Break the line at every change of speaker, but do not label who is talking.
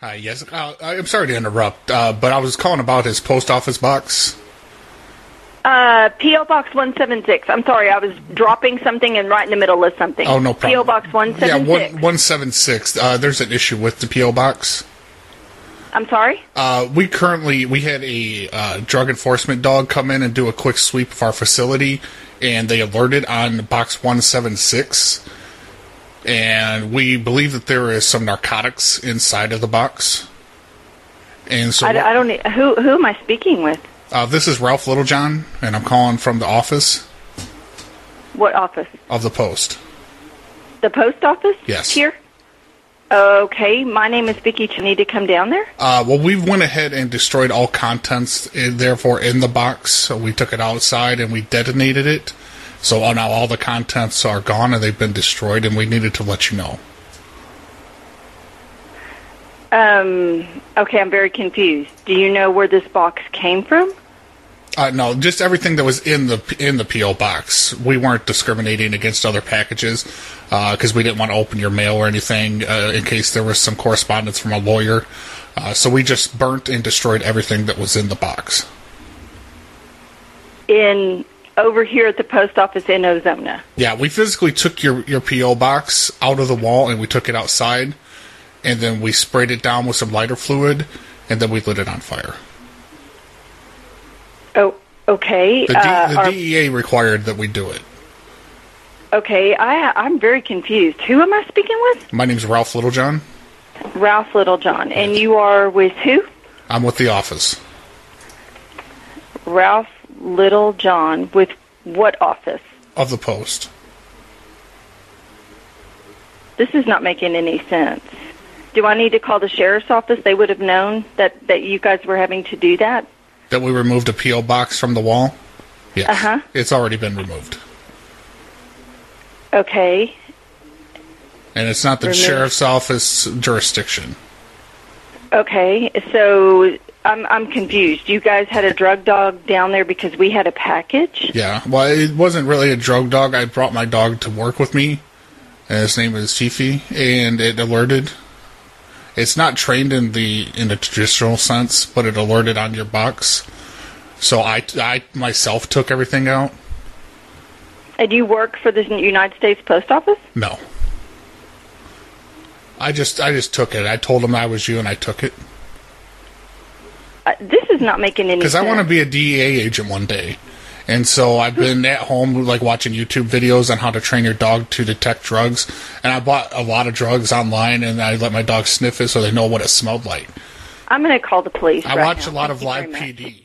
Hi, yes. Uh, I'm sorry to interrupt, uh, but I was calling about his post office box.
Uh, P.O. Box 176. I'm sorry, I was dropping something and right in the middle of something.
Oh, no problem.
P.O. Box
Yeah,
176.
one, 176. Uh, there's an issue with the P.O. box.
I'm sorry?
Uh, we currently we had a uh, drug enforcement dog come in and do a quick sweep of our facility, and they alerted on box one seven six, and we believe that there is some narcotics inside of the box. And so,
I, d- I don't e- who who am I speaking with?
uh, this is Ralph Littlejohn, and I'm calling from the office
What office?
of the post.
The post office?
Yes.
Here? Okay, my name is Vicki. You need to come down there?
Uh, well, we went ahead and destroyed all contents, in, therefore, in the box. So we took it outside and we detonated it. So uh, now all the contents are gone and they've been destroyed, and we needed to let you know.
Um, okay, I'm very confused. Do you know where this box came from?
Uh, no, just everything that was in the in the PO box. We weren't discriminating against other packages because we didn't want to open your mail or anything uh, in case there was some correspondence from a lawyer. Uh, so we just burnt and destroyed everything that was in the box.
In over here at the post office in Ozona.
Yeah, we physically took your your PO box out of the wall and we took it outside, and then we sprayed it down with some lighter fluid, and then we lit it on fire.
Oh, okay.
The, D,
uh,
the
are-
DEA required that we do it.
okay, I I'm very confused. Who am I speaking with?
My name's Ralph Littlejohn.
Ralph Littlejohn, and you are with who?
I'm with the office.
Ralph Littlejohn with what office?
of the post.
This is not making any sense. Do I need to call the sheriff's office? They would have known that, that you guys were having to do that.
That we removed a PO box from the wall. Yes.
Uh-huh.
It's already been removed.
Okay.
And it's not the
Removed.
sheriff's office jurisdiction.
Okay. So I'm I'm confused. You guys had a drug dog down there because we had a package?
Yeah. Well, it wasn't really a drug dog. I brought my dog to work with me. And his name is Chifi, and it alerted. It's not trained in the in a traditional sense, but it alerted on your box. So I, I myself took everything out.
And you work for the United States Post Office?
No. I just I just took it. I told him I was you, and I took it.
Uh, this is not making any
because
sense.
I want to be a DEA agent one day. And so I've been at home, like watching YouTube videos on how to train your dog to detect drugs. And I bought a lot of drugs online, and I let my dog sniff it so they know what it smelled like.
I'm going to call the police.
I
right
watch
now.
a
Thank
lot of
you very
live
much.
PD.